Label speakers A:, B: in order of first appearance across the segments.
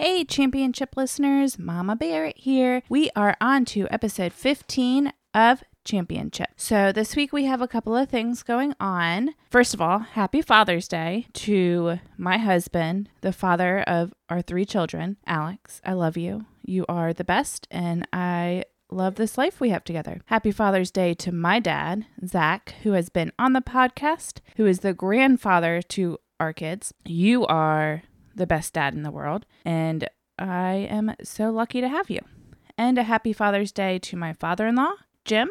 A: Hey, championship listeners, Mama Barrett here. We are on to episode 15 of Championship. So, this week we have a couple of things going on. First of all, happy Father's Day to my husband, the father of our three children. Alex, I love you. You are the best, and I love this life we have together. Happy Father's Day to my dad, Zach, who has been on the podcast, who is the grandfather to our kids. You are the best dad in the world, and I am so lucky to have you. And a happy Father's Day to my father in law, Jim.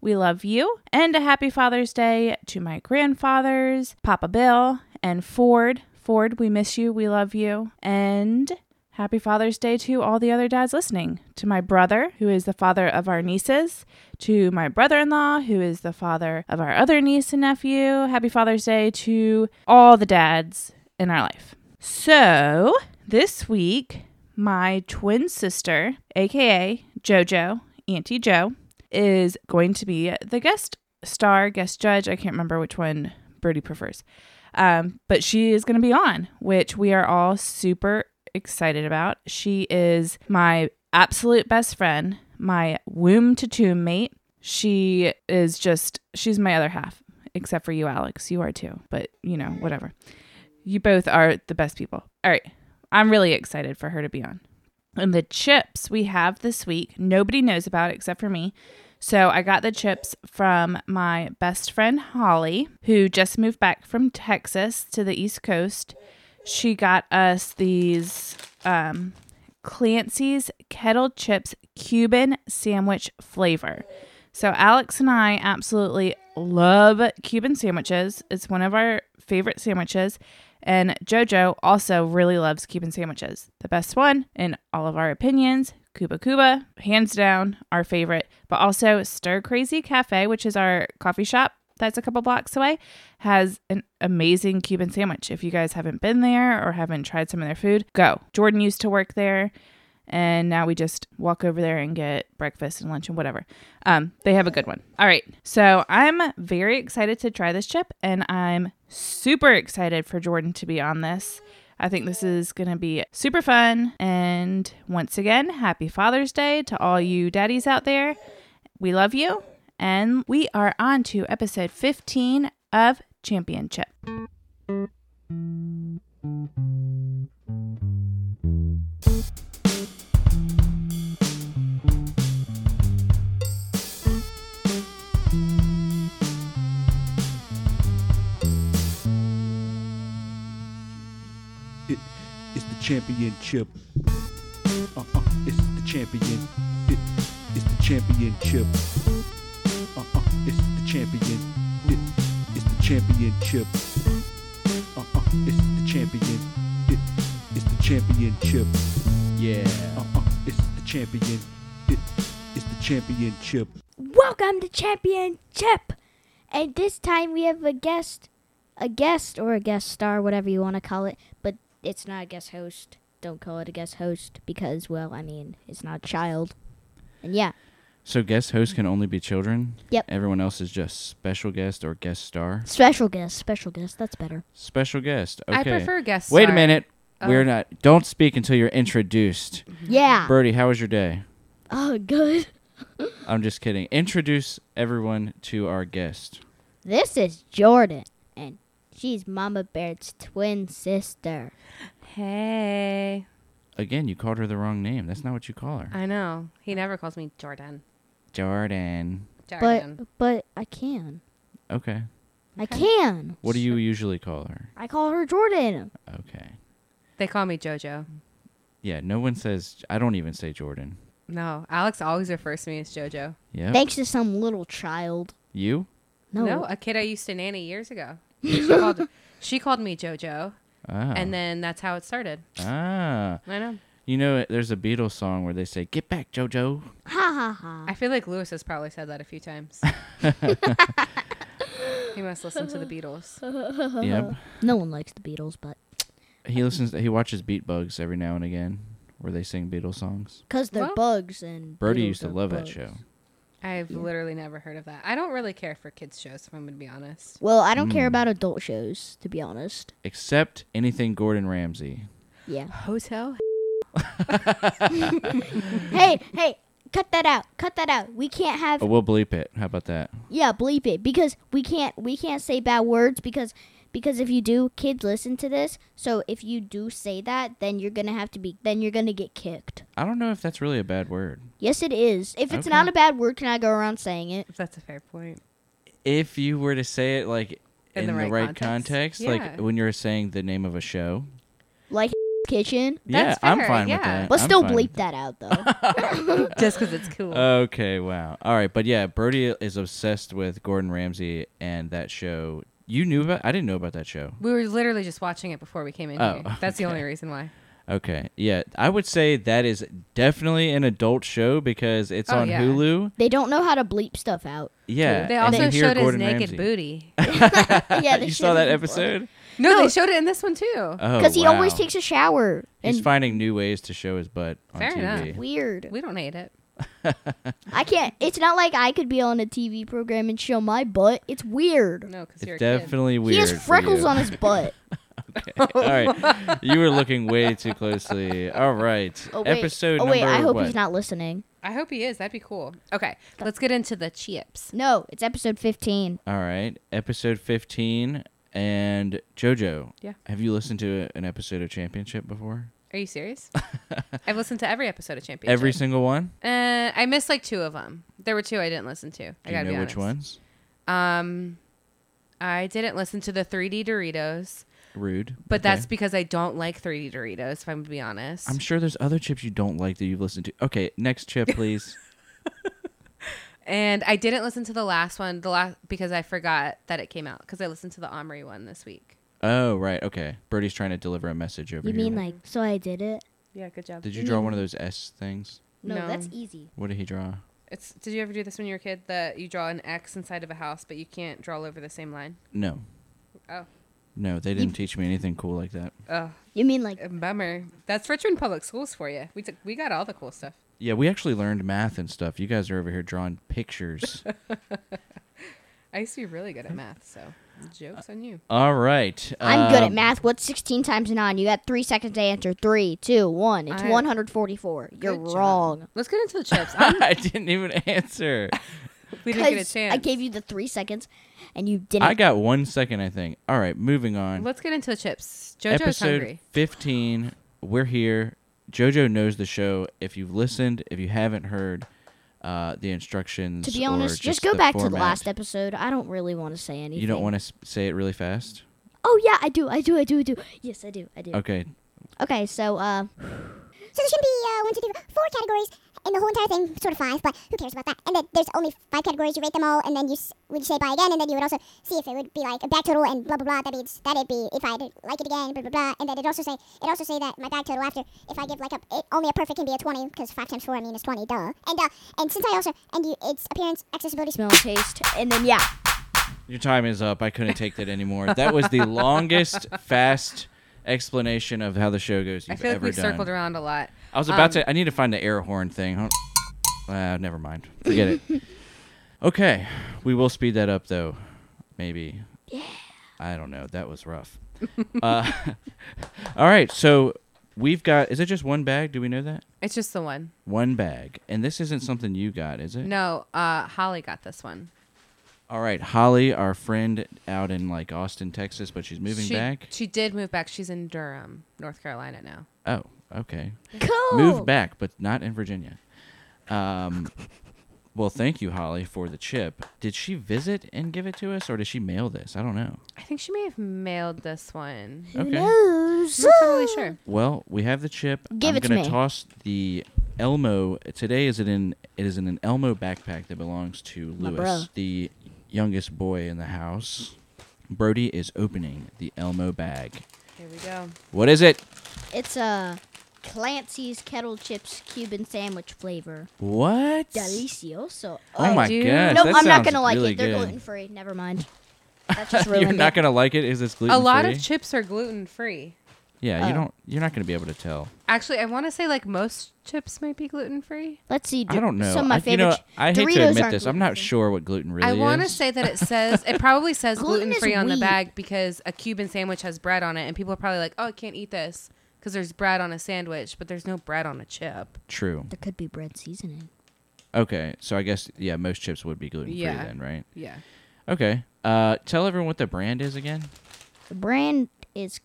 A: We love you. And a happy Father's Day to my grandfathers, Papa Bill, and Ford. Ford, we miss you. We love you. And happy Father's Day to all the other dads listening. To my brother, who is the father of our nieces. To my brother in law, who is the father of our other niece and nephew. Happy Father's Day to all the dads in our life. So, this week, my twin sister, aka JoJo, Auntie Jo, is going to be the guest star, guest judge. I can't remember which one Birdie prefers. Um, but she is going to be on, which we are all super excited about. She is my absolute best friend, my womb to tomb mate. She is just, she's my other half, except for you, Alex. You are too, but you know, whatever. You both are the best people. All right. I'm really excited for her to be on. And the chips we have this week, nobody knows about except for me. So I got the chips from my best friend Holly, who just moved back from Texas to the East Coast. She got us these um, Clancy's Kettle Chips Cuban Sandwich Flavor. So Alex and I absolutely love Cuban sandwiches. It's one of our favorite sandwiches. And JoJo also really loves Cuban sandwiches. The best one, in all of our opinions, Cuba Cuba, hands down, our favorite. But also Stir Crazy Cafe, which is our coffee shop that's a couple blocks away, has an amazing Cuban sandwich. If you guys haven't been there or haven't tried some of their food, go. Jordan used to work there and now we just walk over there and get breakfast and lunch and whatever. Um, they have a good one. All right, so I'm very excited to try this chip, and I'm super excited for Jordan to be on this. I think this is going to be super fun. And once again, happy Father's Day to all you daddies out there. We love you. And we are on to episode 15 of Championship.
B: It is the championship. Uh, uh, it's the champion. It is the championship. Uh, uh, it's the champion. It is the championship. Uh, uh, it's the champion. It is the championship. Yeah.
C: Oh.
B: Uh, uh, it's the champion. It is the championship.
D: Welcome to Championship. And this time we have a guest, a guest or a guest star, whatever you want to call it, but it's not a guest host. Don't call it a guest host because, well, I mean, it's not a child. And yeah,
C: So guest hosts can only be children.
D: Yep.
C: Everyone else is just special guest or guest star.
D: special guest, special guest, that's better.
C: Special guest. Okay.
A: I prefer guests.
C: Wait a minute. We're not. Don't speak until you're introduced.
D: Yeah.
C: Birdie, how was your day?
D: Oh, good.
C: I'm just kidding. Introduce everyone to our guest.
D: This is Jordan, and she's Mama Bear's twin sister.
E: Hey.
C: Again, you called her the wrong name. That's not what you call her.
E: I know. He never calls me Jordan.
C: Jordan.
E: Jordan.
D: But but I can.
C: Okay.
D: I can.
C: What do you usually call her?
D: I call her Jordan.
C: Okay.
E: they call me JoJo.
C: Yeah. No one says. I don't even say Jordan.
E: No, Alex always refers to me as JoJo.
C: Yeah.
D: Thanks to some little child.
C: you.
D: No.
E: No, a kid I used to nanny years ago. She called, she called me JoJo,
C: Oh.
E: and then that's how it started.
C: ah.
E: I know.
C: You know, there's a Beatles song where they say, "Get back, JoJo."
D: Ha ha ha.
E: I feel like Lewis has probably said that a few times. he must listen to the Beatles.
C: yep.
D: No one likes the Beatles, but
C: He listens. He watches Beat Bugs every now and again, where they sing Beatles songs.
D: because they're
E: Well-
D: bugs and
C: Birdie
D: Beatles
C: used to
D: are
C: love that
D: bugs.
C: show.
E: I've literally never heard of that. I don't really care for kids' shows, if I'm going to be honest.
D: Well, I don't care
C: Hmm.
D: about adult shows, to be honest.
C: Except anything Gordon Ramsay.
D: Yeah.
E: Hotel?
D: hey, hey, cut that out. Cut that out. We can't have
C: Oh, we'll bleep it. How about that?
D: yeah, bleep it because we can't we can't say bad words because because if you do, kids listen to this. So if you do say that, then you're going to have to be then you're going to get kicked.
C: I don't know if that's really a bad word.
D: Yes, it is. If it's
C: Okay.
D: not a bad word, can I go around saying it?
E: If that's a fair point.
C: If you were to say it like in, the, right, context, like
E: Yeah.
C: when you're saying the name of a show,
D: Like kitchen.
C: yeah,
E: That's
C: I'm
E: fair,
C: fine with
E: yeah.
C: that.
D: But
C: I'm
D: still
C: fine with
D: bleep that out though.
E: Just because it's cool.
C: Okay, wow. All right, but yeah, Brody is obsessed with Gordon Ramsay and that show. You knew about? I didn't know about that show.
E: we were literally just watching it before we came in
C: Oh,
E: here. That's the
C: okay.
E: only reason why.
C: Okay, yeah, I would say that is definitely an adult show because it's
E: Oh,
C: on
E: yeah.
C: Hulu.
D: they don't know how to bleep stuff out.
C: Yeah,
E: They
C: and
E: also
C: you hear
E: showed his
C: Gordon
E: naked
C: Ramsay.
E: booty.
D: yeah, they
C: you
D: should
C: saw that
D: have-
C: episode?
E: No,
D: No.
E: they showed it in this one too.
C: Oh,
D: Because he always
C: wow.
D: takes a shower.
C: He's
D: and
C: finding new ways to show his butt on
E: Fair
C: TV.
E: enough.
D: weird.
E: We don't hate it.
D: I can't. It's not like I could be on a TV program and show my butt. It's weird.
E: No, because
C: It's
E: you're a kid.
C: definitely weird.
D: he has
C: for
D: freckles
C: you.
D: on his butt.
C: All right, you were looking way too closely. All right,
D: Oh wait.
C: episode
D: oh wait.
C: number
D: I hope
C: what?
D: he's not listening.
E: I hope he is. That'd be cool. Okay, let's get into the chips.
D: No, it's episode fifteen.
C: All right, episode 15 and JoJo.
E: Yeah.
C: Have you listened to a- an episode of Championship before?
E: Are you serious? I've listened to every episode of Championship.
C: Every single one?
E: Uh, I missed like two of them. There were two I didn't listen to. I
C: Do you
E: gotta
C: know
E: be
C: which
E: honest.
C: ones?
E: Um, I didn't listen to the 3D Doritos,
C: Rude.
E: but
C: Okay.
E: that's because I don't like 3D Doritos. If I'm to be honest,
C: I'm sure there's other chips you don't like that you've listened to. Okay, next chip, please.
E: and I didn't listen to the last one, the last because I forgot that it came out because I listened to the Omri one this week.
C: oh, right. Okay. Birdie's trying to deliver a message over
D: You
C: here.
D: mean like? So I did it.
E: Yeah, good job.
C: Did you draw one of those S things?
D: No,
E: No. e
D: that's easy.
C: What did he draw?
E: It's did you ever do this when you were a kid that you draw an X inside of a house but you can't draw over the same line?
C: No.
E: Oh.
C: No, they didn't teach me anything cool like that.
E: Oh,
D: You mean like?
E: bummer. That's Richmond Public Schools for you. We took we got all the cool stuff.
C: Yeah, we actually learned math and stuff. You guys are over here drawing pictures.
E: I used to be really good at math, so jokes on you.
C: All right.
D: I'm good at
C: um,
D: math. What's 16 times 9? You got three seconds to answer. Three, two, one. It's
E: I-
D: 144. You're
E: Good job.
D: wrong.
E: Let's get into the chips. I'm,
C: I didn't even answer.
E: we didn't get a
D: 'Cause
E: chance.
D: I gave you the three seconds, and you didn't.
C: I got one second, I think. All right, moving on.
E: Let's get into the chips. JoJo's
C: Episode
E: hungry.
C: 15. We're here. JoJo knows the show. If you've listened, if you haven't heard uh, the instructions,
D: to be
C: or
D: honest, just,
C: just
D: go
C: the
D: back to the
C: format,
D: last episode. I don't really want to say anything.
C: You don't want to say it really fast?
D: Oh yeah, I do. I do. I do. I do. Yes, I do. I do. Okay.
C: Okay.
D: so uh,
F: So there shouldn't be uh, one, two, three, four categories in the whole entire thing, sort of five, but who cares about that? And then there's only five categories. You rate them all, and then you s- would say buy again, and then you would also see if it would be like a bag total and blah blah blah. That means that it'd be if I did like it again, blah blah blah. And then it'd also say it also say that my bag total after if I give like a it, only a perfect can be a twenty because five times four I mean is twenty, duh. And uh and since I also and you it's appearance, accessibility,
D: smell, taste, and then yeah,
C: Your time is up. I couldn't take that anymore. That was the longest, fast explanation of how the show goes
E: I
C: you've
E: feel like
C: ever
E: we've
C: done.
E: circled around a lot.
C: I was about to. I need to find the air horn thing. Hold- Uh, never mind. Forget it. Okay, we will speed that up though. Maybe. I don't know. That was rough. uh, all right. So we've got. Is it just one bag? Do we know that?
E: It's just the one.
C: One bag. And this isn't something you got, is it?
E: No, uh, Holly got this one.
C: All right. Holly, our friend out in like Austin, Texas, but she's moving
E: she,
C: back.
E: She did move back. She's in Durham, North Carolina now.
C: Oh, okay.
D: cool.
C: Move back, but not in Virginia. Um, well, thank you, Holly, for the chip. Did she visit and give it to us, or did she mail this? I don't know.
E: I think she may have mailed this one.
C: Okay.
E: I'm not totally sure.
C: Well, we have the chip.
D: Give
C: I'm
D: it to
C: gonna
D: me.
C: toss the Elmo. Today is it in? It is in an Elmo backpack that belongs to
D: My
C: Lewis,
D: bro.
C: the youngest boy in the house. Brody is opening the Elmo bag.
E: Here we go.
C: What is it?
D: It's uh, Clancy's kettle chips Cuban sandwich flavor.
C: What?
D: Delicioso.
C: Oh my
E: do-
C: gosh!
D: no,
C: that
D: I'm not
C: sounds
D: gonna like
C: really
D: it. They're
C: good.
D: gluten free. Never mind. That's just ruined
C: You're not
D: it.
C: gonna like it. Is this gluten
E: A lot
C: free?
E: of chips are gluten free.
C: Yeah,
E: Uh,
C: you
D: Oh.
C: don't. You're not going to be able to tell.
E: Actually, I want to say like most chips might be gluten free.
D: Let's see.
C: I don't know.
D: Some of my
C: I, you
D: favorite.
C: know,
D: ch-
C: I hate
D: Doritos
C: to admit
D: aren't
C: this. I'm not
D: gluten-free.
C: sure what gluten really
E: I want to
C: is.
E: say that it says it probably says
D: Gluten
E: gluten
D: is
E: free on the
D: wheat.
E: bag because a Cuban sandwich has bread on it, and people are probably like, "Oh, I can't eat this." because there's bread on a sandwich, but there's no bread on a chip.
C: True.
D: There could be bread seasoning.
C: Okay, so I guess yeah, most chips would be gluten free
E: Yeah.
C: then, right?
E: Yeah.
C: Okay. Uh, tell everyone what the brand is again.
D: The brand is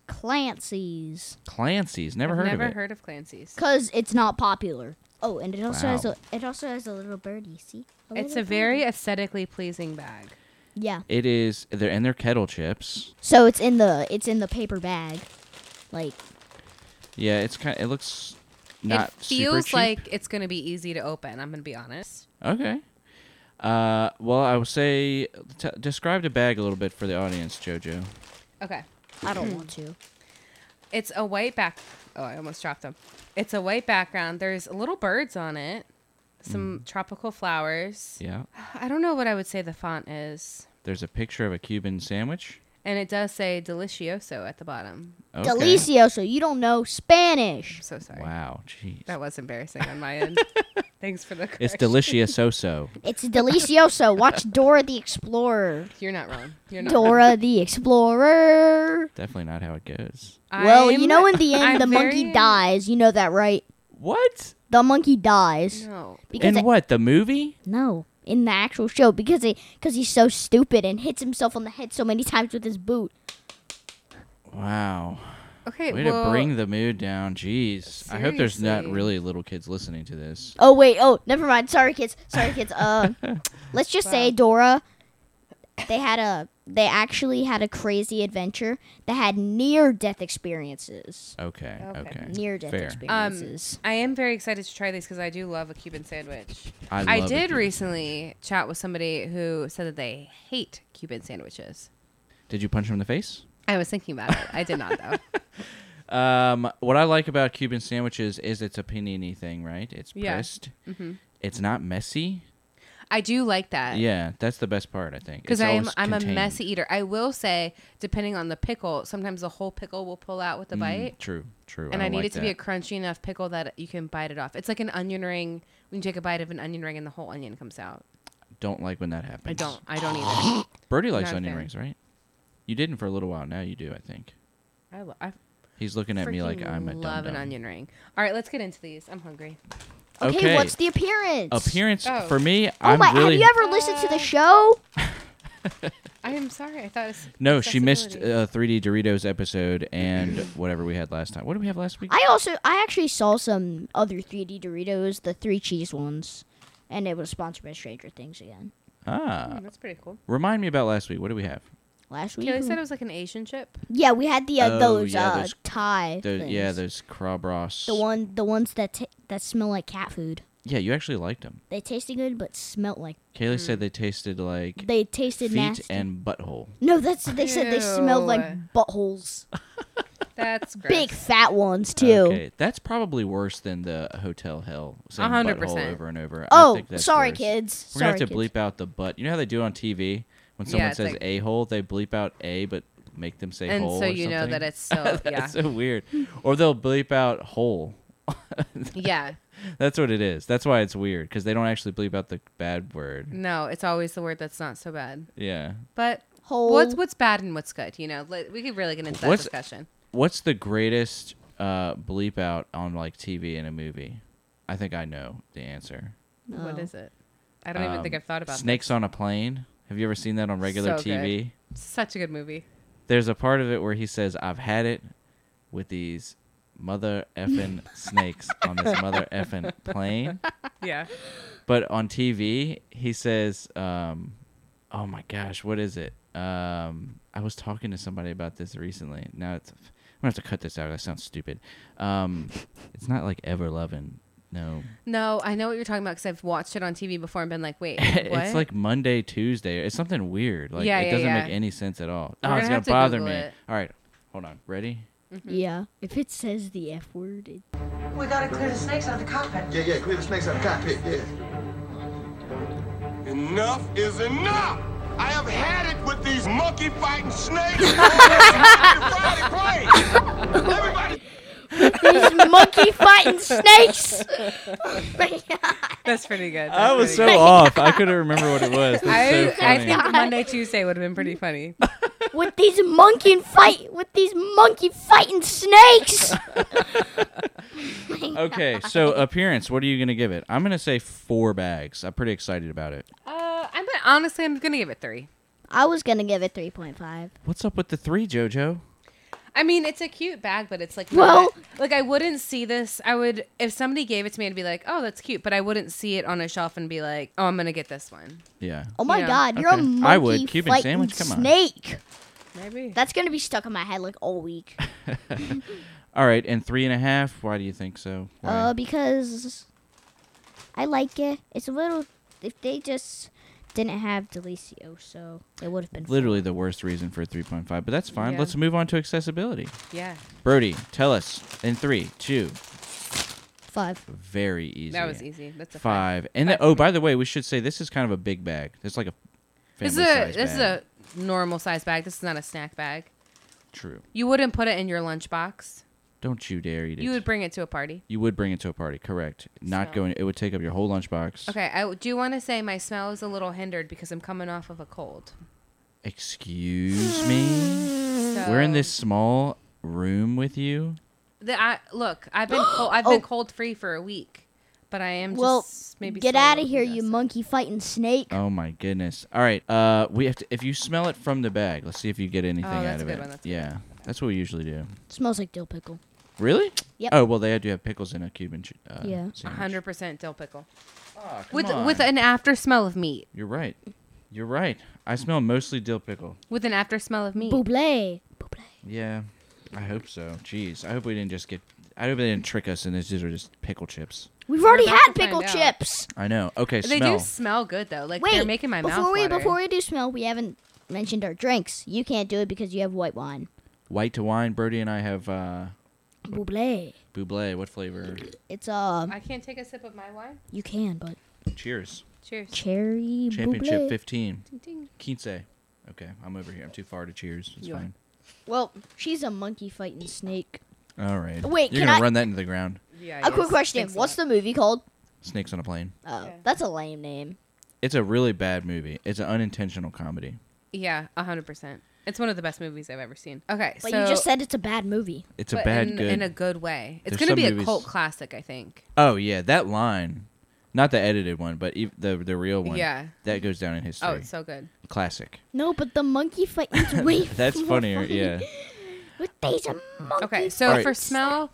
D: Clancy's
C: Clancy's. Never
E: I've
C: heard
E: never
C: of it.
E: heard of Clancy's.
D: because it's not popular. Oh, and it also has
C: Wow.
D: a it also has a little birdie. See,
E: It's
D: little
E: a very
D: birdie.
E: aesthetically pleasing bag.
D: yeah.
C: It is. They're and they're kettle chips.
D: So it's in the it's in the paper bag, like
C: Yeah, it's kind. It looks not
E: it feels
C: super cheap.
E: like it's going to be easy to open. I'm going to be honest.
C: Okay. Uh, well, I will say, t- describe the bag a little bit for the audience, Jojo.
E: Okay.
D: I don't want to.
E: It's a white back. Oh, I almost dropped them. It's a white background. There's little birds on it, some tropical flowers.
C: Mm. Yeah.
E: I don't know what I would say the font is.
C: There's a picture of a Cuban sandwich.
E: And it does say delicioso at the bottom.
C: Okay.
D: Delicioso. You don't know Spanish.
E: I'm so sorry.
C: Wow. Jeez.
E: That was embarrassing on my end. Thanks for the
C: It's
E: correction.
C: delicioso.
D: It's delicioso. Watch Dora the Explorer.
E: You're not wrong. You're not wrong.
D: Dora the Explorer.
C: Definitely not how it goes.
D: well, you
E: I'm-
D: know, in the end,
E: I'm
D: the
E: very-
D: monkey dies. You know that, right?
C: What?
D: The monkey dies
E: No.
D: because
C: In
D: it-
C: what? The movie?
D: no, in the actual show because it because he's so stupid and hits himself on the head so many times with his boot.
C: Wow.
E: Okay.
C: Way
E: well,
C: to bring the mood down. Jeez. I hope there's not
E: Seriously.
C: really little kids listening to this.
D: Oh wait, oh never mind. Sorry, kids. Sorry, kids. Uh, let's just say Dora. They had a. They actually had a crazy adventure. They had near death experiences.
C: Okay. Okay.
E: Okay.
D: Near death
C: Fair.
E: um,
D: experiences.
E: I am very excited to try these because I do love a Cuban sandwich.
C: I
E: I,
C: love a
E: did
C: Cuban
E: recently chat with somebody who said that they hate Cuban sandwiches.
C: Did you punch him in the face?
E: I was thinking about it. I did not though.
C: Um, what I like about Cuban sandwiches is it's a panini thing, right? It's
E: Yeah. Mm-hmm.
C: pressed. It's not messy.
E: I do like that.
C: Yeah, that's the best part, I think.
E: Because
C: It's
E: I'm
C: always
E: I'm a
C: contained.
E: messy eater. I will say, depending on the pickle, sometimes the whole pickle will pull out with a
C: Mm,
E: bite.
C: True, true.
E: and I,
C: don't
E: need
C: like
E: it to be a
C: that.
E: crunchy enough pickle that you can bite it off. It's like an onion ring. When you take a bite of an onion ring and the whole onion comes out.
C: Don't like when that happens.
E: I don't. I don't either.
C: Birdie likes
E: Not a
C: onion
E: fan.
C: rings, right? You didn't for a little while. Now you do, I think.
E: I, lo- I
C: He's looking at me like
E: freaking
C: I'm a
E: love
C: dum-dum.
E: an onion ring. All right, let's get into these. I'm hungry.
D: okay,
C: okay.
D: what's the appearance?
C: Appearance
E: Oh.
C: for me,
D: Oh
C: I'm
D: my!
C: really
D: Have you ever listened to the show?
E: I am sorry. I thought. It's
C: no. She missed
E: accessibility.
C: uh, 3D Doritos episode and whatever we had last time. What did we have last week?
D: I also I actually saw some other 3D Doritos, the three cheese ones, and it was sponsored by Stranger Things again
C: ah,
E: Hmm, that's pretty cool.
C: remind me about last week. What do we have?
D: last week.
E: Kaylee said it was like an Asian chip.
D: yeah, we had the uh,
C: Oh,
D: those
C: yeah,
D: uh,
C: those-
D: Thai
C: The,
D: things.
C: yeah, those crab ross.
D: the one the ones that t- that smell like cat food.
C: Yeah, you actually liked them.
D: They tasted good, but smelt like
C: Kayla said they tasted like
D: they Hmm. tasted
C: feet
D: nasty.
C: and butthole.
D: no, that's they said they smelled
E: Ew.
D: like buttholes,
E: That's gross.
D: big fat ones too.
C: Okay, that's probably worse than the hotel hell. Saying
E: 100%.
C: butthole over and over. I
D: Oh,
C: think that's
D: sorry,
C: worse.
D: kids.
C: We're
D: sorry,
C: gonna have to
D: kids.
C: bleep out the butt. You know how they do on TV when someone
E: it's
C: says
E: like-
C: a hole, they bleep out a but make them say
E: and
C: hole.
E: so
C: or
E: you know
C: something?
E: that it's so yeah
C: that's so weird. Or they'll bleep out hole.
E: yeah.
C: That's what it is. That's why it's weird because they don't actually bleep out the bad word.
E: No, it's always the word that's not so bad.
C: Yeah.
E: But
D: Whole.
E: what's what's bad and what's good? You know, Let- we could really get into that
C: What's-
E: discussion.
C: What's the greatest uh, bleep out on like TV in a movie? I think I know the answer.
E: What
D: Oh.
E: is it? I don't even
C: Um,
E: think I've thought about
C: Snakes on a Plane. Have you ever seen that on regular
E: So good.
C: TV?
E: that. Such a good movie.
C: There's a part of it where he says, "I've had it with these mother effing snakes on this mother effing plane,"
E: Yeah.
C: but on TV he says, um, "Oh my gosh, what is it?" Um, I was talking to somebody about this recently. Now it's I'm gonna have to cut this out. That sounds stupid. Um, it's not like ever loving. No,
E: No, I know what you're talking about because I've watched it on TV before and been like, wait, what?
C: it's like Monday, Tuesday. It's something weird. Like
E: Yeah,
C: it
E: yeah,
C: doesn't
E: yeah.
C: make any sense at all.
E: We're
C: oh, it's
E: gonna
C: gonna
E: have to
C: bother
E: Google
C: me.
E: it.
C: All right, hold on. Ready?
E: Mm-hmm.
D: Yeah, if it says the f word, it,
G: We gotta clear the snakes out of the cockpit.
H: Yeah, yeah, clear the snakes out of the cockpit, yeah.
I: Enough is enough! I have had it with these monkey fighting snakes! Everybody,
D: these monkey fighting snakes.
E: That's pretty good.
C: I was so off. I couldn't remember what it was. That's
E: I,
C: so
E: I
C: funny.
E: think Monday, Tuesday would have been pretty funny.
D: with these monkey and fight with these monkey fighting snakes.
C: Okay, so appearance, what are you gonna give it? I'm gonna say four bags. I'm pretty excited about it.
E: Uh, I'm gonna, honestly, I'm gonna give it three.
D: I was gonna give it three point five.
C: What's up with the three, Jojo?
E: I mean, it's a cute bag, but it's like
D: Well-
E: well, like I wouldn't see this. I would if somebody gave it to me, I'd be like, oh, that's cute, but I wouldn't see it on a shelf and be like, oh, I'm gonna get this one.
C: Yeah.
D: Oh my
E: Yeah.
D: god, you're a
C: Okay.
D: monkey
C: I would. Cuban
D: fighting
C: sandwich, come on.
D: snake.
E: Maybe.
D: That's gonna be stuck in my head like all week.
C: All right, and three and a half. Why do you think so? Why?
D: Uh, because I like it. It's a little. If they just didn't have Delicio, so it would have been.
C: Literally the worst reason for a 3.5, but that's fine.
E: Yeah.
C: Let's move on to accessibility.
E: yeah,
C: Brody, tell us in three, two,
D: five.
C: very easy.
E: that was easy. That's a five.
C: Five. And then, oh, by the way, we should say this is kind of a big bag. It's like a family
E: This is a
C: size
E: this is
C: bag.
E: a normal size bag. This is not a snack bag.
C: true.
E: You wouldn't put it in your lunchbox.
C: Don't you dare eat it.
E: You would bring it to a party.
C: You would bring it to a party, correct? Not
E: So-
C: going. It would take up your whole lunchbox.
E: Okay, I do want to say my smell is a little hindered because I'm coming off of a cold.
C: Excuse me. Mm. We're in
E: So-
C: this small room with you.
E: The, I, look, I've been cold, I've been
D: Oh.
E: cold free for a week, but I am
D: Well,
E: just maybe
D: get
E: still
D: out of
E: looking
D: here,
E: at
D: you
E: this.
D: monkey fighting snake.
C: Oh my goodness. All right. Uh, we have to. If you smell it from the bag, let's see if you get anything
E: Oh, that's
C: out
E: a
C: of
E: good
C: it.
E: one, that's a good
C: yeah, that's what we usually do.
D: Smells like dill pickle.
C: Really?
D: Yep.
C: Oh well, they do have pickles in a Cuban. ch- Uh,
D: Yeah.
E: A
C: sandwich.
E: hundred percent dill pickle
C: Ah, come
E: with
C: on.
E: with an after smell of meat
C: You're right. You're right. I smell mostly dill pickle.
E: with an after smell of meat.
D: Buble. Buble.
C: Yeah. I hope so. Jeez. I hope we didn't just get. I hope they didn't trick us and these are just pickle chips.
D: We've already
E: about
D: had
E: to
D: pickle
E: find out.
D: chips.
C: I know. Okay.
E: They
C: smell.
E: do smell good though. Like
D: Wait,
E: they're making my
D: before
E: mouth
D: we
E: water.
D: before we do smell, we haven't mentioned our drinks. You can't do it because you have white wine.
C: White to wine. Brody and I have uh,
D: Buble.
C: buble. What flavor?
D: It's uh,
E: I can't take a sip of my wine.
D: you can, but
C: Cheers.
E: Cheers.
D: cherry
C: Championship
D: buble.
C: 15.
E: Ding.
C: Quince. Okay, I'm over here. I'm too far to cheers. It's
E: You are.
C: fine.
D: Well, she's a monkey fighting snake.
C: All right.
D: Wait,
C: You're
D: can
C: gonna
D: I-
C: run that into the ground.
E: Yeah.
D: A quick question: What's the movie called?
C: Snakes on a plane.
D: Oh,
E: Yeah.
D: that's a lame name.
C: It's a really bad movie. It's an unintentional comedy.
E: Yeah, a hundred percent. It's one of the best movies I've ever seen. Okay,
D: But
E: so
D: you just said it's a bad movie.
C: It's a
E: but
C: bad
E: in,
C: good.
E: in a good way. It's
C: There's
E: gonna
C: some
E: be a
C: movies-
E: cult classic, I think.
C: oh yeah, that line, not the edited one, but ev- the the real one.
E: Yeah.
C: That goes down in history.
E: Oh, it's so good.
C: classic.
D: No, but the monkey fighting's way.
C: That's
D: more
C: funnier.
D: funny
C: Yeah.
D: With these um, monkey.
E: Okay, so
C: Alright.
E: for smell,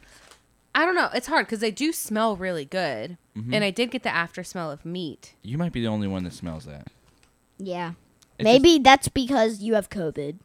E: I don't know. It's hard because they do smell really good, and I did get the after smell of meat.
C: Mm-hmm. You might be the only one that smells that.
D: Yeah.
C: It's
D: Maybe that's because you have COVID.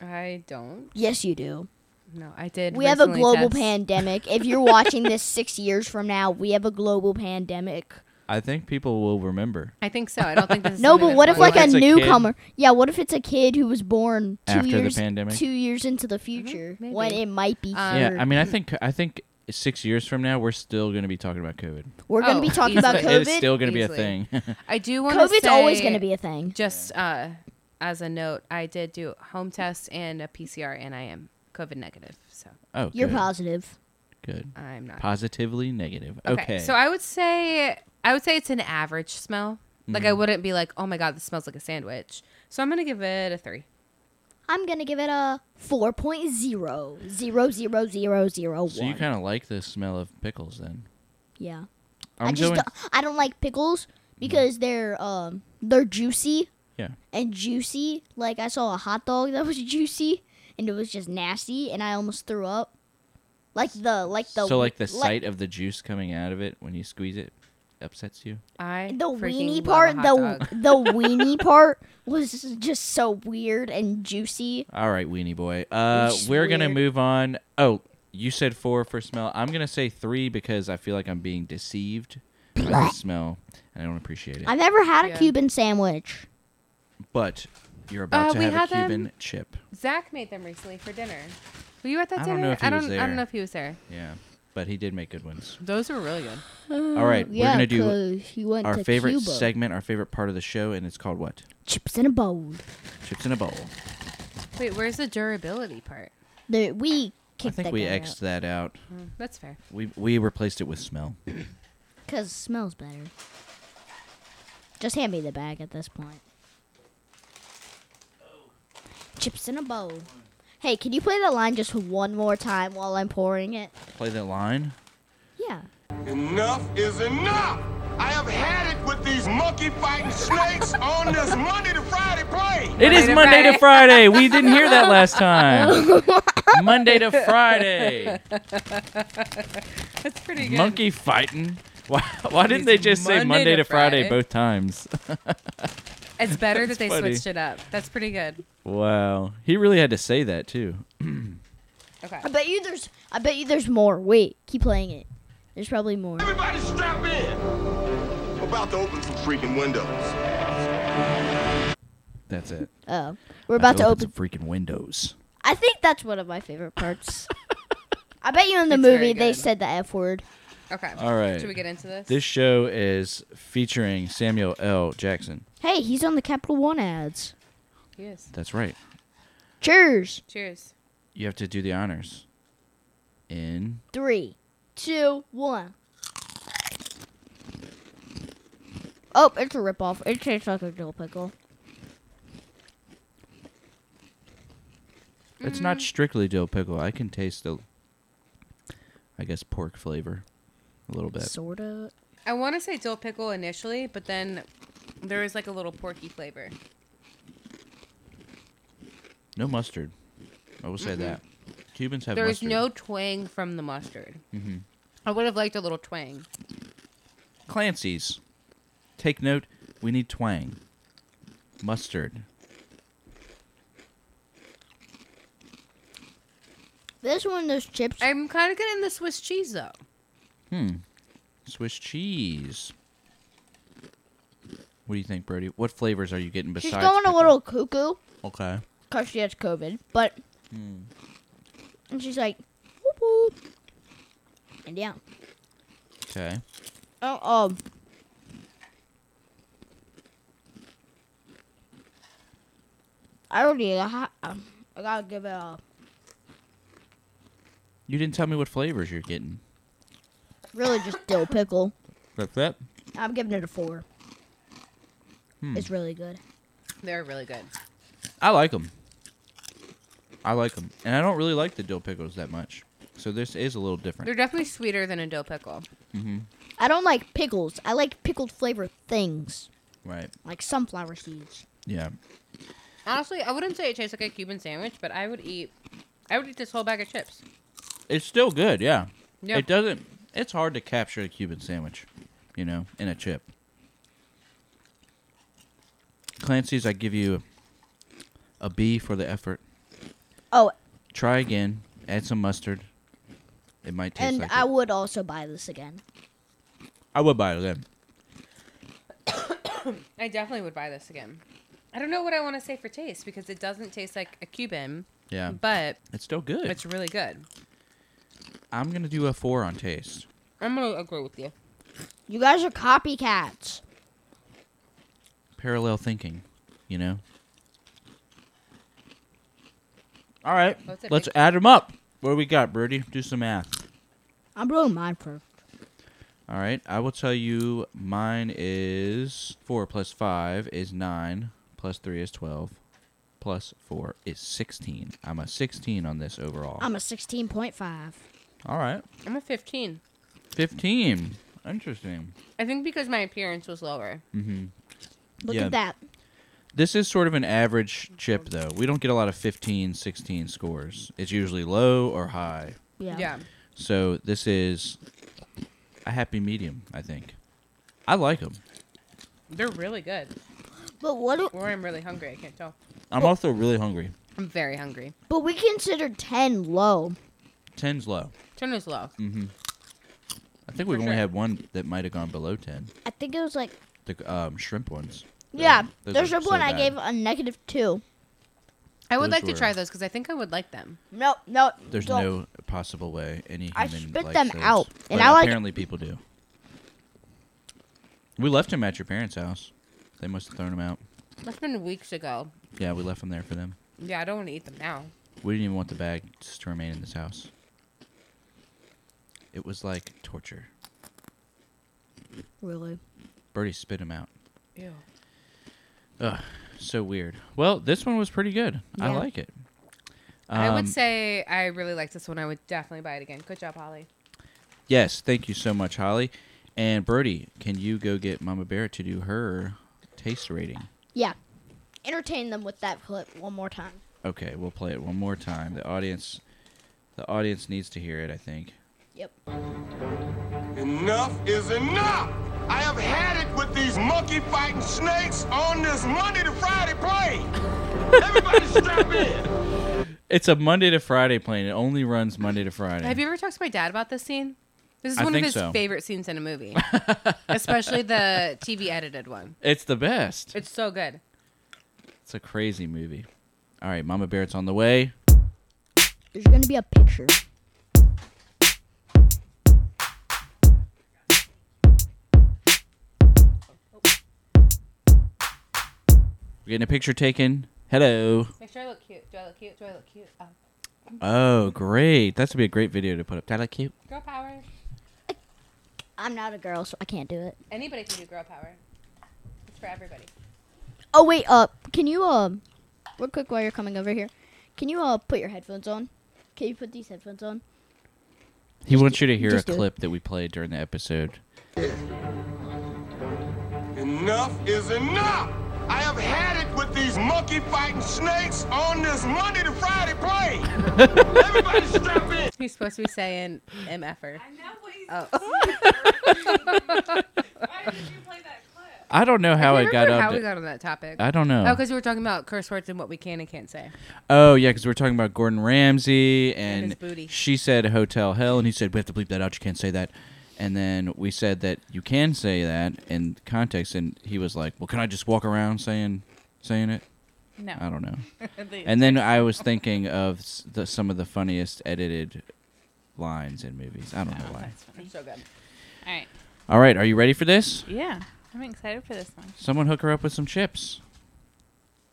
E: I don't.
D: Yes, you do.
E: No, I did.
D: We have a
E: recently
D: global
E: test-
D: pandemic. If you're watching this six years from now, we have a global pandemic.
C: I think people will remember.
E: I think so. I don't think this. is
D: No,
E: something
D: but
E: that's
D: what if
E: going
D: like a
C: it's a kid?
D: newcomer? Yeah, what if it's a kid who was born two
C: After the
D: years
C: pandemic? Mm-hmm.
D: two years into the future
E: maybe.
D: when it might be
E: Um,
C: yeah,
D: cured?
C: I mean, I think I think six years from now we're still going to be talking about COVID.
D: We're gonna
E: Oh,
D: be talking about
E: easily.
C: It is
D: COVID.
C: still going to be a
E: Easily.
C: thing.
E: I do want to.
D: COVID's always gonna be a thing.
E: Just uh, as a note, I did do home tests and a PCR, and I am COVID negative. So
C: oh,
D: You're
C: good.
D: positive.
C: Good.
E: I'm not.
C: Positively negative. Okay.
E: Okay. So I would say I would say it's an average smell. Like
C: Mm-hmm.
E: I wouldn't be like, oh my god, this smells like a sandwich. So I'm gonna give it a three.
D: I'm gonna give it a 4.0. Zero, zero, zero, zero,
C: So you
D: one.
C: kind of like the smell of pickles then?
D: yeah.
C: I'm
D: I just
C: going. Mm-hmm.
D: don't, I don't like pickles because they're um they're juicy
C: Yeah.
D: and juicy. Like I saw a hot dog that was juicy and it was just nasty and I almost threw up. Like the like the
C: so like the sight of the juice coming out of it when you squeeze it upsets you.
E: I
D: the
E: freaking
D: weenie
E: love a
D: part
E: hot
D: the
E: dog.
D: the weenie part was just so weird and juicy.
C: All right, weenie boy. Uh,
D: Which is
C: we're gonna
D: weird.
C: move on. Oh, you said four for smell. I'm gonna say three because I feel like I'm being deceived by the smell, and I don't appreciate it.
D: I've never had a
E: Yeah.
D: Cuban sandwich.
C: but you're about
E: Uh,
C: to
E: we
C: have a
E: had them-
C: Cuban chip.
E: Zach made them recently for dinner. Were you at that
C: I
E: dinner?
C: don't know if he
E: I don't.
C: was
E: I
C: there.
E: don't know if he was there.
C: Yeah, but he did make good ones.
E: Those were really good.
D: Hmm,
C: All right, we're gonna do
D: he went
C: our
D: to
C: favorite
D: Cuba.
C: segment, our favorite part of the show, and it's called what?
D: Chips in a bowl.
C: Chips in a bowl.
E: Wait, where's the durability part?
D: The, we
C: I
D: kicked
C: think
D: that
C: we
D: guy out.
C: xed that out.
E: That's fair.
C: We we replaced it with smell.
D: Because it smells better. Just hand me the bag at this point. Chips in a bowl. Hey, can you play the line just one more time while I'm pouring it?
C: Play that line.
D: Yeah.
I: Enough is enough! I have had it with these monkey fighting snakes on this Monday to Friday plane!
C: It is
E: to
C: Monday to Friday. We didn't hear that last time. Monday to Friday.
E: That's pretty good.
C: Monkey fighting. Why, why didn't they
E: These
C: just say
E: Monday
C: Monday
E: to
C: to Friday,
E: Friday.
C: both times?
E: It's better that they
C: funny.
E: switched it up. That's pretty good.
C: wow. He really had to say that too.
E: Okay.
D: I bet you there's. I bet you there's more. Wait, keep playing it. There's probably more.
I: Everybody strap in! I'm about to open some freaking windows.
C: That's it.
D: Oh, we're about to
C: some
D: open.
C: freaking windows.
D: I think that's one of my favorite parts. I bet you in the
E: It's very
D: movie they
E: good.
D: said the f word.
E: Okay.
C: All right.
E: Should we get into this?
C: This show is featuring Samuel L. Jackson.
D: Hey, he's on the Capital One ads.
E: yes.
C: That's right.
D: Cheers.
E: Cheers.
C: You have to do the honors. In
D: Three, two, one. Oh, it's a ripoff. It tastes like a dill pickle.
C: it's
D: Mm-hmm.
C: not strictly dill pickle. I can taste the, I guess pork flavor, a little bit.
D: Sorta.
E: I want to say dill pickle initially, but then there is like a little porky flavor.
C: No mustard. I will say
D: Mm-hmm.
C: that. Cubans have
E: There is
C: mustard. Mm-hmm.
E: no twang from the mustard. I would have liked a little twang.
C: Clancy's. Take note. We need twang. Mustard.
D: This one, those chips.
E: I'm kind of getting the Swiss cheese though.
C: Swiss cheese. What do you think, Brody? What flavors are you getting
D: She's
C: besides?
D: going a
C: pickle?
D: little cuckoo
C: Okay.
D: because she has COVID, but.
C: Hmm.
D: And she's like, whoop whoop. And yeah.
C: Okay.
D: Oh, um. I already. I, ha- um, I gotta give it a
C: You didn't tell me what flavors you're getting.
D: really just dill pickle.
C: That's that.
D: I'm giving it a four.
C: Hmm.
D: It's really good.
E: They're really good.
C: I like them. I like them, and I don't really like the dill pickles that much. So this is a little
E: They're
C: different.
E: definitely sweeter than a dill pickle.
D: I don't like pickles. I like pickled flavored things,
C: Right.
D: like sunflower seeds.
C: Yeah.
E: Honestly, I wouldn't say it tastes like a Cuban sandwich, but I would eat. I would eat this whole bag of chips.
C: It's still good. Yeah.
E: Yeah.
C: It doesn't. It's hard to capture a Cuban sandwich, you know, in a chip. Clancy's, I give you a B for the effort.
D: Oh,
C: Try again. Add some mustard. It might taste
D: and
C: like
D: I
C: it.
D: would also buy this again.
C: I would buy it then.
E: I definitely would buy this again. I don't know what I want to say for taste because it doesn't taste like a Cuban,
C: Yeah.
E: but
C: it's still good.
E: it's really good.
C: I'm gonna do a four on taste.
E: I'm gonna agree with you.
D: You guys are copycats.
C: Parallel thinking, you know. All right,
E: That's a
C: let's
E: big-
C: add them up. What do we got, Birdie? Do some math.
D: I'm doing mine first.
C: All right, I will tell you. Mine is four plus five is nine. Plus three is twelve. Plus four is sixteen. I'm a sixteen on this overall.
D: I'm a 16.5.
C: All right,
E: I'm a 15.
C: fifteen. Interesting.
E: I think because my appearance was lower.
D: Look
C: Yeah.
D: at that.
C: This is sort of an average chip, though. We don't get a lot of 15, 16 scores. It's usually low or high.
D: Yeah.
C: So this is a happy medium, I think. I like them.
E: They're really good.
D: But what? Do,
E: Or I'm really hungry. I can't tell.
C: I'm also really hungry.
E: I'm very hungry.
D: but we consider 10 low.
C: Ten's low.
E: Turn this low.
D: Mm-hmm.
C: I think we've
E: For
C: only
E: sure.
C: had one that might have gone below 10.
D: I think it was like
C: The um, shrimp ones.
D: Yeah,
C: those
D: there's
C: are
D: a
C: so
D: one I
C: bad.
D: gave a negative two.
E: I would
C: Those
E: like
C: were-
E: to try those because I think I would like them.
D: No, no,
C: There's
D: don't.
C: no possible way any human
D: I spit
C: likes
D: them
C: those.
D: out, and
C: But
D: I like-
C: apparently people do. We left them at your parents' house. They must have thrown them out.
E: That's been weeks ago.
C: Yeah, we left them there for them.
E: Yeah, I don't want to eat them now.
C: We didn't even want the bag just to remain in this house. It was like torture.
D: Really?
C: Birdie spit him out.
E: Ew.
C: So weird. Well, this one was pretty good. I
D: Yeah.
C: like it.
E: I
C: Um,
E: would say I really like this one. I would definitely buy it again. Good job, Holly.
C: Yes, thank you so much, Holly. And Birdie, can you go get Mama Bear to do her taste rating?
D: Yeah. Entertain them with that clip one more time.
C: Okay, we'll play it one more time. The audience the audience needs to hear it, I think.
D: Yep.
I: Enough is enough! I have had it with these monkey fighting snakes on this Monday to Friday plane! Everybody strap in!
C: It's a Monday to Friday plane. It only runs Monday to Friday.
E: Have you ever talked to my dad about this scene? This is
C: I
E: one of
C: think
E: his
C: so.
E: favorite scenes in a movie, especially the TV edited one.
C: it's the best.
E: It's so good.
C: It's a crazy movie. All right, Mama Bear, it's on the way.
D: There's gonna be a picture.
C: We're getting a picture taken. Hello.
E: Make sure I look cute. Do I look cute? Do I look cute? Oh.
C: Oh, great. That's would be a great video to put up. That look cute.
E: Girl power.
D: I'm not a girl, so I can't do it.
E: Anybody can do girl power. It's for everybody.
D: Oh wait, uh, can you um, real quick while you're coming over here, can you uh put your headphones on? Can you put these headphones on?
C: He wants you to hear a
D: just do it.
C: clip that we played during the episode.
I: Enough is enough! I have had it with these monkey fighting snakes on this Monday to Friday plane! Everybody strap in!
E: He's supposed to be saying MFR.
C: I don't know how
E: I
C: I
E: can't
C: got
E: remember
C: up.
E: how
C: to-
E: we got on that topic.
C: I don't know.
E: Oh, because we were talking about curse words and what we can and can't say.
C: Oh yeah, because we're talking about Gordon Ramsay, and,
E: his booty.
C: she said "Hotel Hell," and he said, "We have to bleep that out. You can't say that." And then we said that you can say that in context, and he was like, "Well, can I just walk around saying saying it?"
E: No.
C: I don't know. Oh. and then I was thinking of s- the, some of the funniest edited lines in movies. I don't know why.
A: That's funny.
E: So good.
A: All right.
C: All right, are you ready for this?
A: Yeah. I'm excited for this one.
C: Someone hook her up with some chips.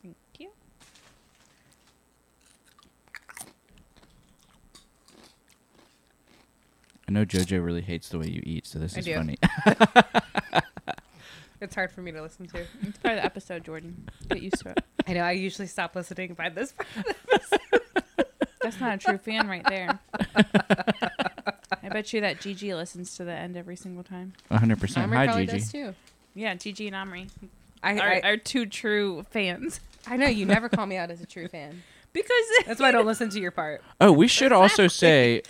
A: Thank you.
C: I know JoJo really hates the way you eat, so this
E: I
C: is
E: do.
C: funny.
E: It's hard for me to listen to.
A: It's part of the episode, Jordan. Get used to it.
E: I know. I usually stop listening by this part.
A: That's not a true fan right there. I bet you that Gigi listens to the end every single time.
C: 100%.
E: Amri
C: Hi,
E: probably
C: Gigi.
E: does too.
A: Yeah, Gigi and Omri
E: I,
A: are,
E: I,
A: are two true fans.
E: I know you never call me out as a true fan.
A: Because
E: That's why I don't listen to your part.
C: Oh, we should also say,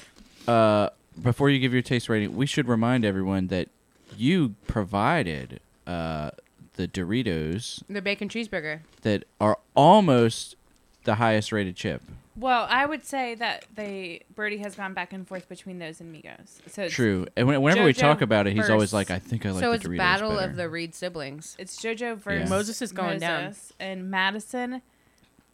C: uh, before you give your taste rating, we should remind everyone that you provided uh, the Doritos
E: The bacon cheeseburger.
C: that are almost the highest rated chip.
A: Well, I would say that they Birdie has gone back and forth between those and Migos. So it's,
C: True. And when- whenever we
A: Jojo
C: talk about it, he's always
A: first.
C: like, "I think I like
E: so
C: the
E: it's
C: Doritos
E: battle
C: better."
E: of the Reed siblings.
A: It's JoJo versus
E: Moses is going down.
A: Moses. and Madison.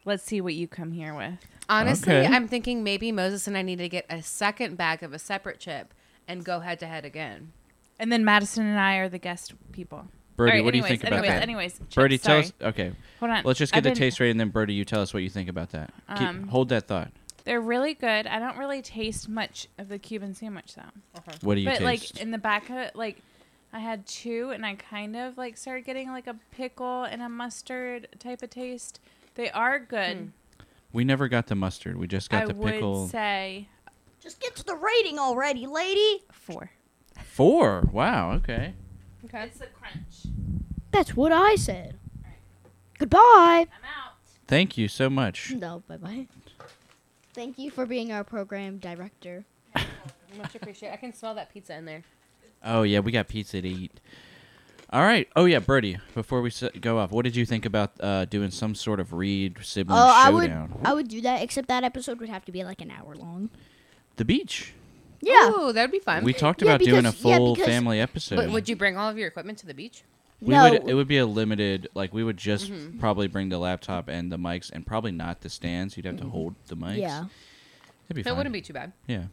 A: Let's see what you come here with.
E: Honestly,
C: Okay.
E: I'm thinking maybe Moses and I need to get a second bag of a separate chip and go head to head again.
A: And then Madison and I are the guest people.
C: Birdie,
A: All right,
C: what
A: anyways,
C: do you think about
A: anyways,
C: that?
A: Anyways, chips,
C: Birdie, tell
A: sorry.
C: us. Okay,
A: Hold on.
C: let's just get
A: I've
C: the
A: been-
C: taste rating, and then Birdie, you tell us what you think about that. Keep-
A: Um,
C: hold that thought.
A: They're really good. I don't really taste much of the Cuban sandwich though.
E: Uh-huh.
C: What do you
A: but
C: taste?
A: like in the back of it, like I had two, and I kind of like started getting like a pickle and a mustard type of taste. They are good.
C: we never got the mustard. We just got
A: I
C: the
A: would
C: pickle.
A: say
D: Just get to the rating already, lady.
A: four.
C: Four. Wow. Okay.
E: Okay.
A: the crunch.
D: That's what I said. Goodbye.
A: I'm out.
C: Thank you so much.
D: No, bye bye. Thank you for being our program director.
E: Much appreciated. I can smell that pizza in there.
C: Oh yeah, we got pizza to eat. All right. Oh yeah, Birdie. Before we s- go off, what did you think about uh, doing some sort of Reed sibling
D: Oh, I would,
C: showdown?
D: I would do that. Except that episode would have to be like an hour long.
C: The beach.
D: Yeah.
E: Ooh, that would be fun.
C: We talked
D: Um, Yeah,
C: about doing a
D: because- yeah,
C: full
D: because-
C: family episode.
E: but would you bring all of your equipment to the beach?
C: we
D: no. Mm-hmm.
C: would. It would be a limited. Like we would just probably bring the laptop and the mics, and probably not the stands. You'd have to hold the mics.
D: Mm-hmm. yeah.
C: It'd be
E: That
C: fun.
E: wouldn't be too bad.
C: Yeah.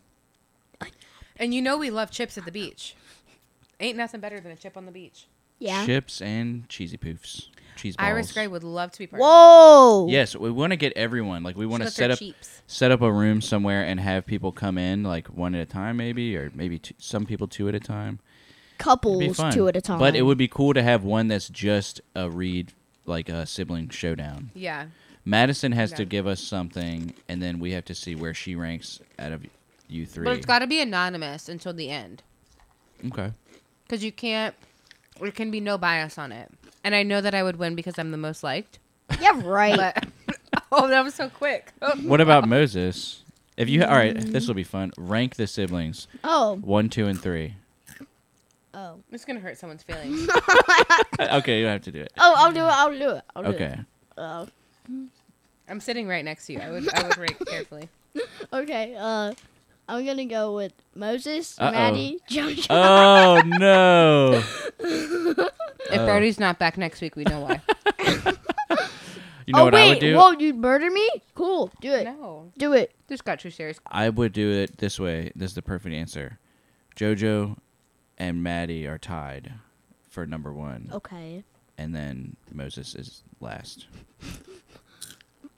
E: And you know we love chips at the beach. Ain't nothing better than a chip on the beach.
D: Yeah.
C: Chips and cheesy poofs. Cheese balls.
E: Iris Gray would love to be part of
D: Whoa.
C: Yes, we want to get everyone. Like we want to
E: got
C: set
E: their
C: up
E: cheeps.
C: set up a room somewhere and have people come in like one at a time, maybe, or maybe two, some people two at a time. It'd be
D: Couples
C: fun.
D: two at a time.
C: But it would be cool to have one that's just a read like a sibling showdown.
E: Yeah.
C: Madison has to
E: Yeah.
C: give us something, and then we have to see where she ranks out of you three.
E: But it's got to be anonymous until the end.
C: okay.
E: Because you can't, there can be no bias on it. And I know that I would win because I'm the most liked.
D: Yeah, right.
E: But, oh, that was so quick. Oh.
C: What about Moses? If you all right, this will be fun. Rank the siblings
D: oh,
C: one, two, and three.
D: oh,
E: It's going to hurt someone's feelings.
C: Okay, you don't have to do it.
D: oh! I'll do it. I'll do it. I'll do it.
C: Okay.
D: Oh,
E: I'm sitting right next to you. I would, I would rate carefully.
D: okay. Uh, I'm gonna go with Moses,
C: Uh-oh.
D: Maddie, JoJo.
C: Oh no! Oh.
E: If Brody's not back next week, we know why.
C: You know
D: oh
C: what
D: wait!
C: I would do?
D: Whoa, you'd murder me? Cool. Do it.
E: no.
D: Do it.
E: Just got too serious.
C: I would do it this way. This is the perfect answer. JoJo and Maddie are tied for number one,
D: Okay.
C: and then Moses is last.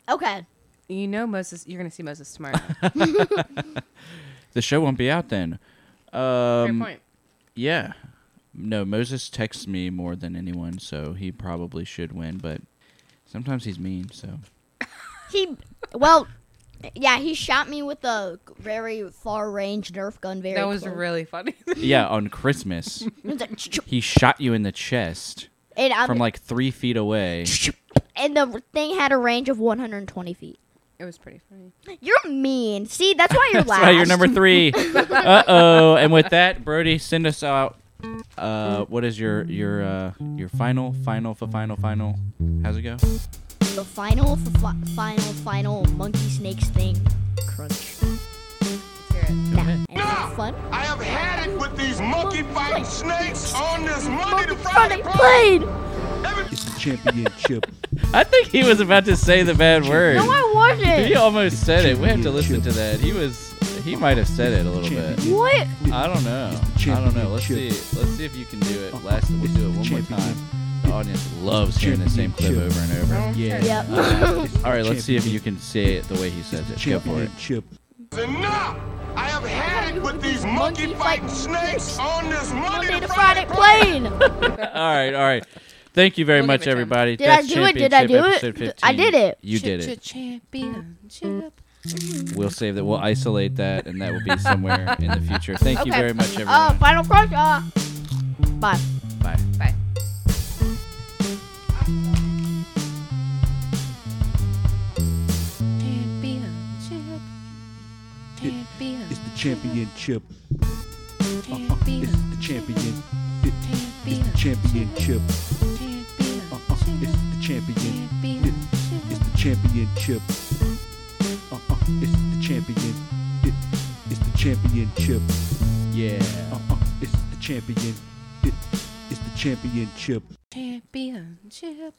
D: Okay.
E: You know Moses, you're going to see Moses tomorrow.
C: The show won't be out then. Um,
E: Fair point.
C: Yeah. No, Moses texts me more than anyone, so he probably should win, but sometimes he's mean, so.
D: He. Well. Yeah, he shot me with a very far range Nerf gun. Very.
E: That was
D: close.
E: really funny.
C: Yeah, on Christmas,
D: It was like,
C: he shot you in the chest
D: And I'm
C: from like three feet away.
D: and the thing had a range of 120 feet.
E: it was pretty funny.
D: You're mean. See, that's why you're
C: That's
D: last.
C: right, you're number three. uh oh. And with that, Brody, send us out. Uh, what is your your uh your final final for final final? How's it go?
D: The final, fi- final, final monkey snakes thing. Crunch.
E: Let's hear it.
D: Now,
C: ahead.
D: and have fun.
I: I have had it with these monkey fighting snakes on this Monday to
D: Friday
I: Friday play.
D: played.
I: Every-
B: It's the championship.
C: I think he was about to say the bad word.
D: No, I wasn't.
C: He almost said it. We have to listen to that. He was. He might have said it a little bit.
B: Champion.
D: What?
C: I don't know. I don't know. Let's see. Let's see if you can do
B: Uh,
C: it. Last. We'll do it one more time. The audience loves hearing the same clip over and over.
B: Yeah.
D: Yep.
C: All right. Let's see if you can say it the way he says it. Go for it.
B: Championship.
I: Enough! I have had it with these
D: Monkey
I: monkey fighting
D: fighting
I: snakes on this Monday
D: Monday
I: to
D: to
I: Friday
D: Friday
I: play.
D: plane.
C: All right. All right. Thank you very
E: We'll
C: much,
E: give it to him.
C: everybody.
D: Did I
C: That's
D: do it? Did I do
C: Championship
D: it?
C: episode
D: I did
C: 15.
D: it.
C: You did it.
E: Championship.
C: We'll save that. We'll isolate that, and that will be somewhere in the future. Thank you
D: Okay.
C: very much, everyone.
D: Uh, final crunch. Uh, bye.
C: Bye.
E: Bye. Championship.
B: It's the championship. Uh-huh. It's the champion. It- It's the championship. Uh-huh. It's the champion. It- It's the championship. Uh-huh. It's the champion. It- It's the championship.
C: Yeah.
B: Uh-huh. It's the champion. It- It's the championship.
E: Championship.